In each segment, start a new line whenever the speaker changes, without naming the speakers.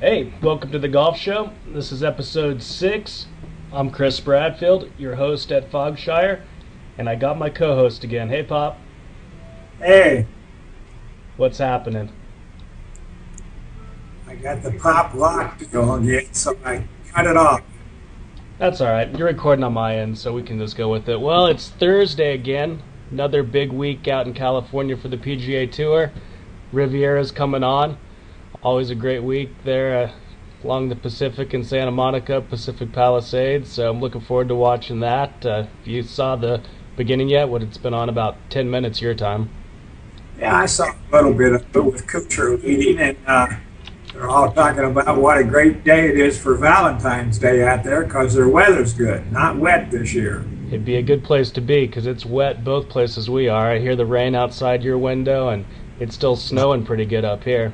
Hey, welcome to the Golf Show. This is episode six. I'm Chris Bradfield, your host at Fogshire, and I got my co host again. Hey, Pop,
Hey,
what's happening?
I got the pop lock to go yet, so I cut it off.
That's all right. You're recording on my end, so we can just go with it. Well, it's Thursday again. Another big week out in California for the PGA Tour. Riviera's coming on. Always a great week there uh, along the Pacific in Santa Monica, Pacific Palisades. So I'm looking forward to watching that. Uh, if you saw the beginning yet, what it's been on about 10 minutes your time.
Yeah, I saw a little bit of it with Kuchar leading, and uh, they're all talking about what a great day it is for Valentine's Day out there because their weather's good, not wet this year.
It'd be a good place to be because it's wet both places we are. I hear the rain outside your window, and it's still snowing pretty good up here.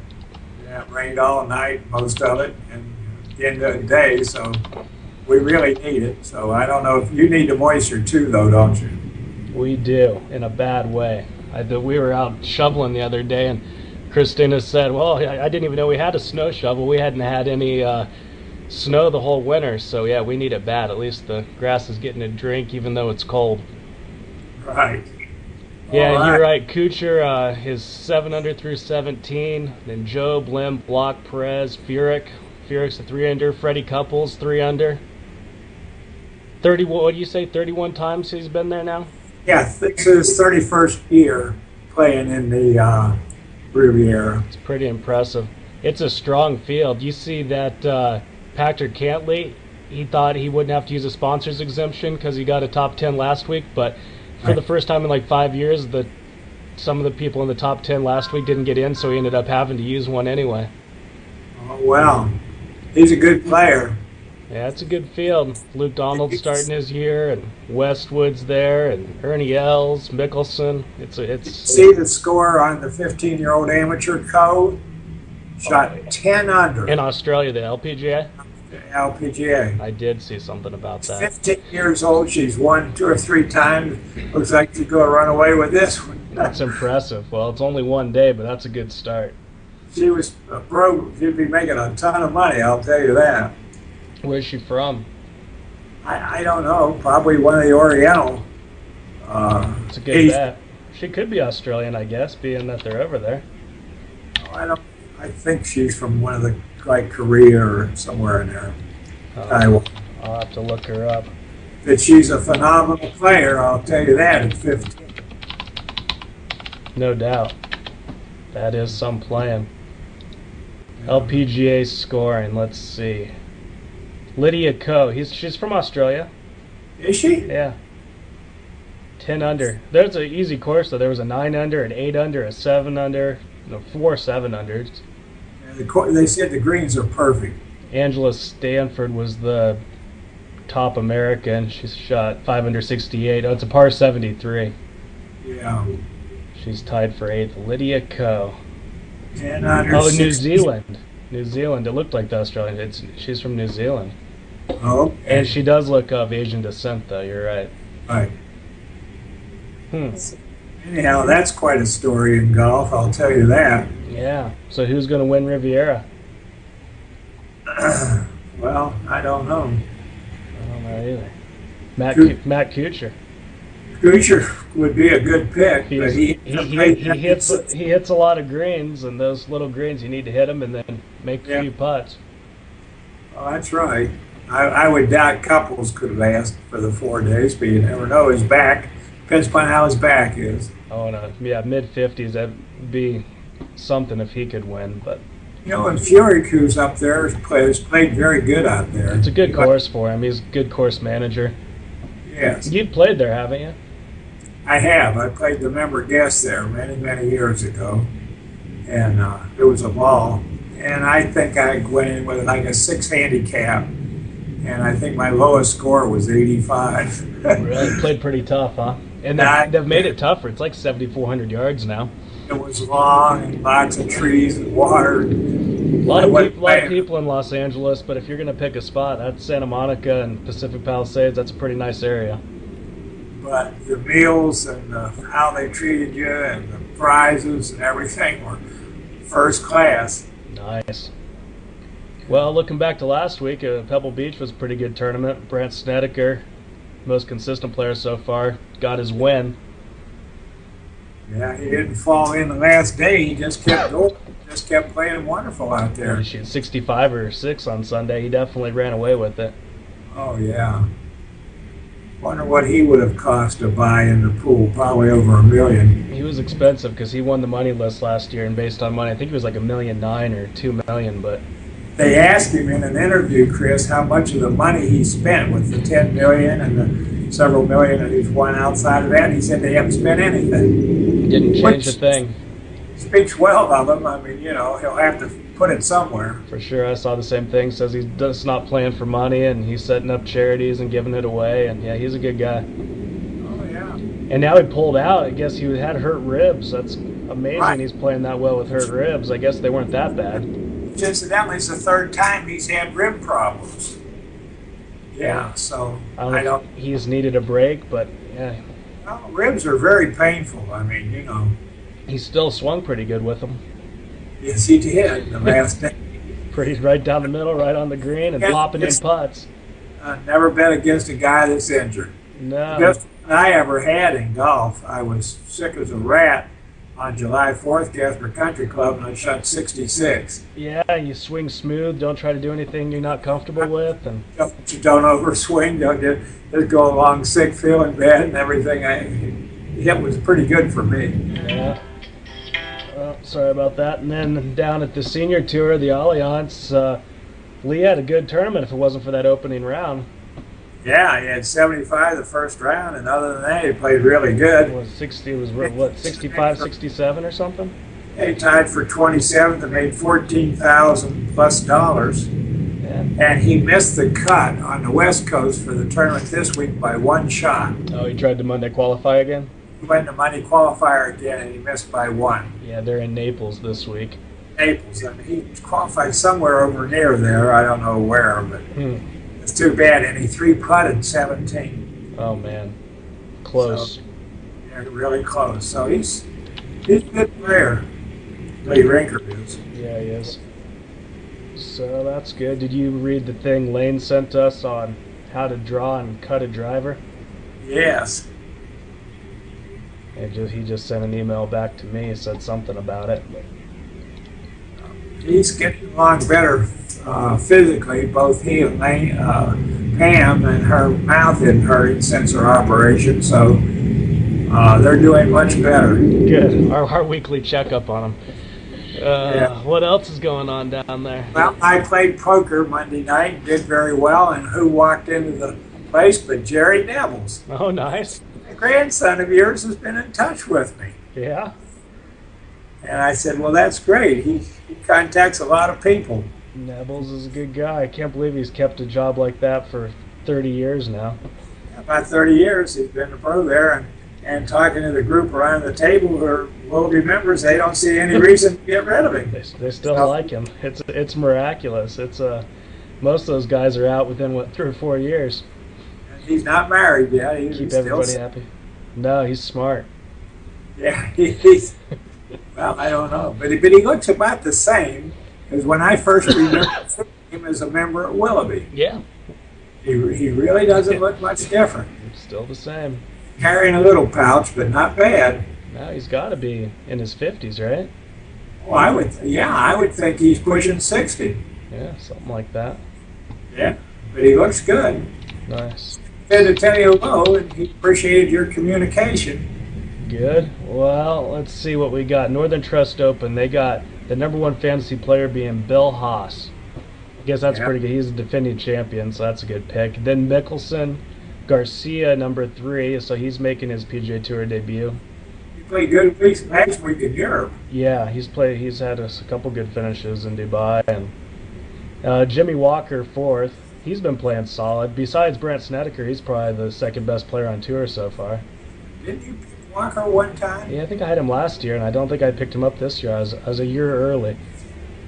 Yeah, it rained all night, most of it, and at the end of the day, so we really need it. So I don't know if you need the moisture too, though, don't you?
We do in a bad way. I, th- we were out shoveling the other day, and Christina said, "Well, I, I didn't even know we had a snow shovel. We hadn't had any uh, snow the whole winter, so yeah, we need it bad. At least the grass is getting a drink, even though it's cold."
Right.
Yeah,
All
you're right. Kuchar uh, is seven under through 17. Then Job, Lim, Block, Perez, Furyk. Furyk's a three under. Freddie Couples three under. Thirty. What do you say? Thirty-one times he's been there now.
Yeah, this is his 31st year playing in the uh, Riviera.
It's pretty impressive. It's a strong field. You see that uh, Patrick Cantley, he thought he wouldn't have to use a sponsor's exemption because he got a top 10 last week, but for the
Right.
first time in like five years, the some of the people in the top 10 last week didn't get in, so he ended up having to use one anyway.
Oh, well, he's a good player.
Yeah, it's a good field. Luke Donald starting his year, and Westwood's there, and Ernie Els, Mickelson. It's a, it's
See the score on the 15-year-old amateur code? Shot 10 under
in
in
Australia the LPGA.
the LPGA.
I did see something about that.
15 years old, she's won two or three times. Looks like she's going to run away with this one.
That's impressive. Well, it's only one day, but that's a good start.
she was a pro. She'd be making a ton of money, I'll tell you that.
Where's she from?
I, I don't know, probably one of the Oriental. Uh,
It's a good
Asian-
bet. She could be Australian, I guess, being that they're over there.
I don't. I think she's from one of the like Korea or somewhere in there.
Uh,
Taiwan.
I'll have to look her up.
But she's a phenomenal player. I'll tell you that. At 15,
No doubt. That is some playing. LPGA scoring. Let's see. Lydia Ko. He's she's from Australia.
is she?
Yeah. Ten under. There's an easy course though. There was a nine under, an eight under, a seven under, no, four seven unders.
And the cour- they said the greens are perfect.
Angela Stanford was the top American. She's shot five under 68. Oh, it's a par 73.
Yeah.
She's tied for eighth. Lydia Ko.
And under
Oh, New
16
Zealand. New Zealand. It looked like the Australian. It's, she's from New Zealand.
Oh,
And she does look of Asian descent, though. You're right.
right.
Hmm.
Anyhow, that's quite a story in golf. I'll tell you that.
Yeah. So who's going to win Riviera?
Well, I don't know.
I don't know either. Matt,
Who-
Cu- Matt Kuchar.
Kuchar would be a good pick, but
He's,
he,
he, he, he, hits, he hits a lot of greens, and those little greens, you need to hit them and then make a
Yeah.
few putts.
Oh, that's right. I, I would doubt couples could last for the four days, but you never know. His back depends upon how his back is.
Oh no, yeah, mid fifties. That'd be something if he could win, but
You know, and Furyk, who's up there, has played, has played very good out there.
it's a good course for him. He's a good course manager.
Yes,
You've played there, haven't you?
I have. I played the member guest there many, many years ago, and uh, it was a ball. And I think I went in with like a six handicap, and I think my lowest score was 85.
Really played pretty tough, huh? And
Nah.
they've, they've made it tougher. It's like seventy four hundred yards now.
it was long and lots of trees and water.
A lot of
What-
people, lot of people in Los Angeles, but if you're gonna pick a spot, that's Santa Monica and Pacific Palisades. That's a pretty nice area.
but the meals and the, how they treated you and the prizes and everything were first class.
Nice. Well, looking back to last week, uh, Pebble Beach was a pretty good tournament. Brant Snedeker, most consistent player so far, got his win.
Yeah, he didn't fall in the last day. He just kept going, just kept playing wonderful out there.
He shoot 65 or 6 on Sunday. He definitely ran away with it.
Oh yeah. Wonder what he would have cost to buy in the pool. Probably over a million.
He was expensive because he won the money list last year, and based on money, I think it was like a million nine or two million. But
They asked him in an interview, Chris, how much of the money he spent with the 10 million and the several million that he's won outside of that. He said they haven't spent anything.
he didn't change a
What's-
thing.
Speaks well of him. I mean, you know, he'll have to put it somewhere.
For sure, I saw the same thing. Says he's just not playing for money, and he's setting up charities and giving it away. And yeah, he's a good guy.
Oh yeah.
And now he pulled out. I guess he had hurt ribs. That's amazing.
Right.
He's playing that well with hurt ribs. I guess they weren't that bad.
Which incidentally is the third time he's had rib problems. Yeah, so
I don't know.
I don't
If he's needed a break, but yeah,
well, ribs are very painful. I mean, you know.
he still swung pretty good with them.
Yes he did the last day.
Pretty right down the middle, right on the green, and
Yeah,
lopping in
it's-
putts.
Uh, never bet against a guy that's injured.
No.
Best I ever had in golf, I was sick as a rat on July 4th, Casper Country Club, and I shot 66.
Yeah, you swing smooth. Don't try to do anything you're not comfortable with, and
Don't, you don't overswing, don't you? Just go along sick, feeling bad, and everything. I hit was pretty good for me.
yeah. Well, sorry about that. And then down at the senior tour, the Alliance, uh, Lee had a good tournament. If it wasn't for that opening round,
Yeah, he had 75 the first round, and other than that, he played really good.
it was 60. It was what 65, 67 or something.
He tied for 27th and made 14,000 plus dollars.
Yeah.
And he missed the cut on the West Coast for the tournament this week by one shot.
Oh, he tried to Monday qualify again.
He went to money qualifier again and he missed by one.
Yeah, they're in Naples this week.
Naples. I mean, he qualified somewhere over near there. I don't know where, but
Hmm.
it's too bad. And he three putted 17.
Oh man, close.
They're really close. So he's he's a good player. Lee Rinker is.
Yeah, he is. So that's good. Did you read the thing Lane sent us on how to draw and cut a driver?
Yes.
And ju- he just sent an email back to me, said something about it. but-
He's getting along better uh, physically. Both he and Lane, uh, Pam and her mouth didn't hurt since her operation, so uh, they're doing much better.
Good. Our, our weekly checkup on him. Uh,
Yeah.
What else is going on down there?
Well, I played poker Monday night and did very well. And who walked into the place but Jerry Nevels?
Oh, nice.
A grandson of yours has been in touch with me.
Yeah.
And I said, Well, that's great. He, he contacts a lot of people.
Nebbles is a good guy. I can't believe he's kept a job like that for 30 years now.
about 30 years he's been a pro there and, and talking to the group around the table who are Wilby members, they don't see any reason to get rid of him.
They, they still
Oh.
like him. It's it's miraculous. It's uh, most of those guys are out within what three or four years.
And he's not married yet. He's
Keep
still,
everybody happy. No, he's smart.
yeah, he's, well, I don't know. But he, but he looks about the same as when I first remember him as a member at Willoughby.
Yeah,
He, he really doesn't look much different.
still the same.
Carrying a little pouch, but not bad.
Now he's got to be in his fifties, right?
Well, I would, yeah, I would think he's pushing 60.
Yeah, something like that.
Yeah. But he looks good.
Nice,
said to tell you hello and he appreciated your communication.
good. Well, let's see what we got. Northern Trust Open. They got the number one fantasy player being Bill Haas. I guess that's
Yeah.
pretty good. He's a defending champion, so that's a good pick. Then Mickelson, Garcia, number three. So he's making his PGA Tour debut.
You played good weeks last week in Europe.
Yeah, he's played. He's had a s- couple good finishes in Dubai, and uh, Jimmy Walker fourth. He's been playing solid. Besides Brant Snedeker, he's probably the second best player on tour so far.
Didn't you pick Walker one time?
Yeah, I think I had him last year, and I don't think I picked him up this year. I was, I was a year early.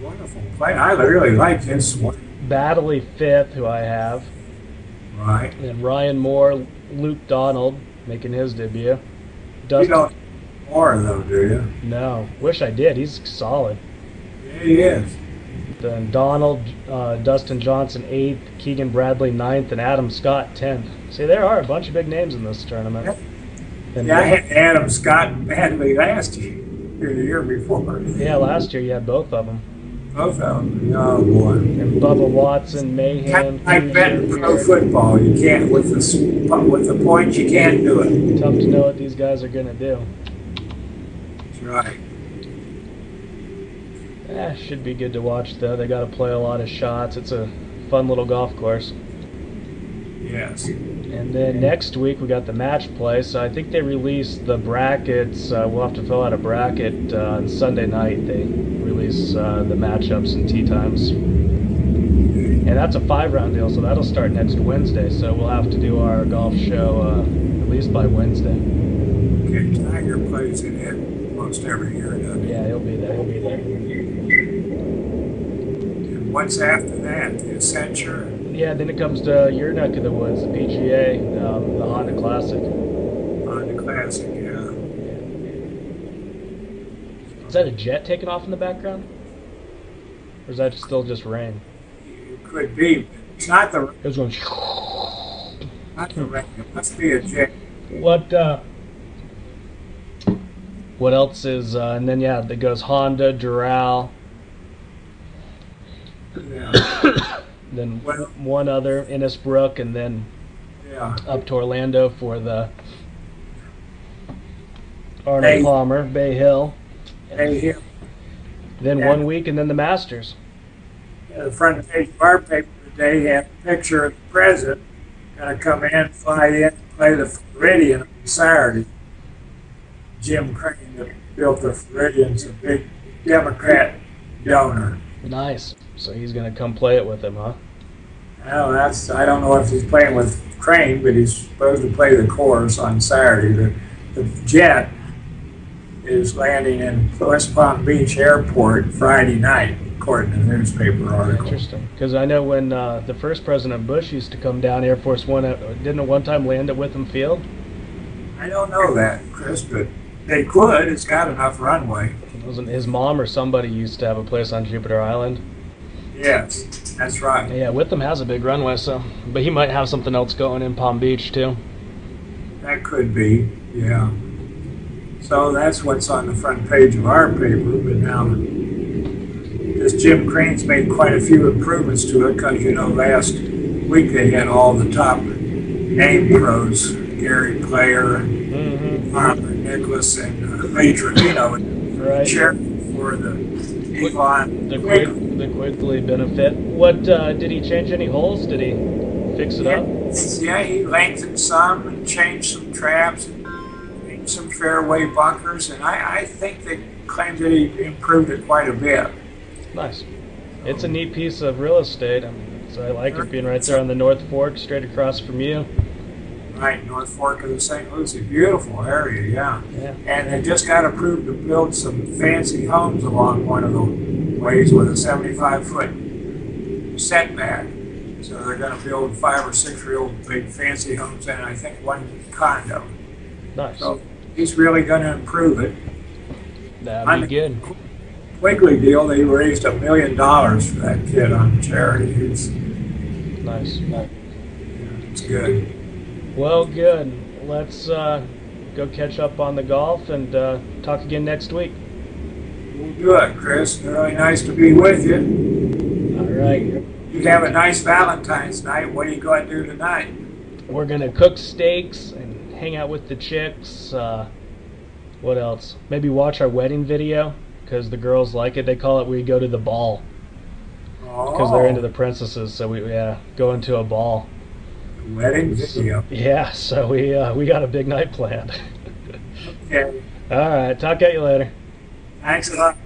Wonderful play. I really liked his swing.
Battley fifth, who I have,
Right.
and then Ryan Moore, Luke Donald making his debut.
You
Dustin,
don't more though, do you?
no, wish I did. He's solid.
Yeah, he is.
Then Donald, uh, Dustin Johnson eighth, Keegan Bradley ninth, and Adam Scott tenth. See, there are a bunch of big names in this tournament. And
Yeah, I had Adam Scott badly last year, or the year before.
yeah, last year you had both of them.
Both of them. Oh, boy.
And Bubba Watson, Mayhem.
I, I bet pro football, you can't, with the, s- with the points, you can't do it.
Tough to know what these guys are gonna do.
That's right.
Eh, should be good to watch though. They got to play a lot of shots. It's a fun little golf course.
Yes.
And then next week we got the match play. So I think they release the brackets. Uh, we'll have to fill out a bracket uh, on Sunday night. They release uh, the matchups and tee times. And that's a five round deal, so that'll start next Wednesday. So we'll have to do our golf show uh, at least by Wednesday.
Okay, Tiger plays in it most every year, doesn't he?
Yeah, he'll be there. He'll be there.
And what's after that? The Accenture?
Yeah, then it comes to your neck of the woods, the PGA, um, the Honda Classic.
on Uh, the classic, uh, yeah.
Is that a jet taking off in the background? Or is that still just rain?
It could be. It's not the
It was going.
not the record. It must be a jet.
What? Uh, what else is? Uh, and then yeah, that goes Honda, Doral,
Yeah.
then
Well-
one other Innisbrook, and then
yeah.
up to Orlando for the Arnold
Bay.
Palmer Bay Hill.
Hey, here,
Then
Yeah.
one week, and then the Masters.
the front page of our paper today had a picture of the president going to come in, fly in, play the Floridian on Saturday. Jim Crane that built the Floridian's a big Democrat donor.
Nice. So he's gonna come play it with him, huh?
Now that's I don't know if he's playing with Crane, but he's supposed to play the course on Saturday. The, the jet is landing in West Palm Beach Airport Friday night, according to the newspaper article.
Interesting, because I know when uh, the first President Bush used to come down Air Force One, uh, didn't it one time land at Witham Field?
I don't know that, Chris, but they could. It's got enough runway.
It wasn't his mom or somebody used to have a place on Jupiter Island.
Yes, that's right.
Yeah, Witham has a big runway, so but he might have something else going in Palm Beach too.
That could be. Yeah. So that's what's on the front page of our paper, but now this Jim Crane's made quite a few improvements to it because, you know, last week they had all the top name pros, Gary Player, and
Mm-hmm.
Farmer Nicholas, and uh, Lee Trevino, and
Right.
chair for the Yvonne
The quick,
Quigley.
the quickly benefit. What uh, did he change any holes? Did he fix it up?
Yeah, he lengthened some and changed some traps and made some fairway bunkers, and I, I think they claimed that he improved it quite a bit.
Nice. It's a neat piece of real estate. I mean, so I like it being right there on the North Fork, straight across from you.
Right, North Fork of the St. Lucie, beautiful area, yeah.
Yeah.
And they just got approved to build some fancy homes along one of the ways with a 75 foot setback. So they're going to build five or six real big fancy homes and I think one condo.
Nice.
So he's really going to improve it.
That'd be good.
Quigley deal, they raised a million dollars for that kid on charity. It's,
Nice. nice.
it's good.
Well, good. Let's uh, go catch up on the golf and uh, talk again next week.
We'll do it, Chris. Really nice to be with you.
All right.
You have a nice Valentine's night. What are you going to do tonight?
We're going to cook steaks and hang out with the chicks. Uh, what else? Maybe watch our wedding video because the girls like it. They call it we go to the ball because they're into the princesses. So we yeah, go into a ball.
the Oh, wedding video.
Yeah, so we uh, we got a big night planned.
Okay.
All right. Talk at you later.
Thanks a lot.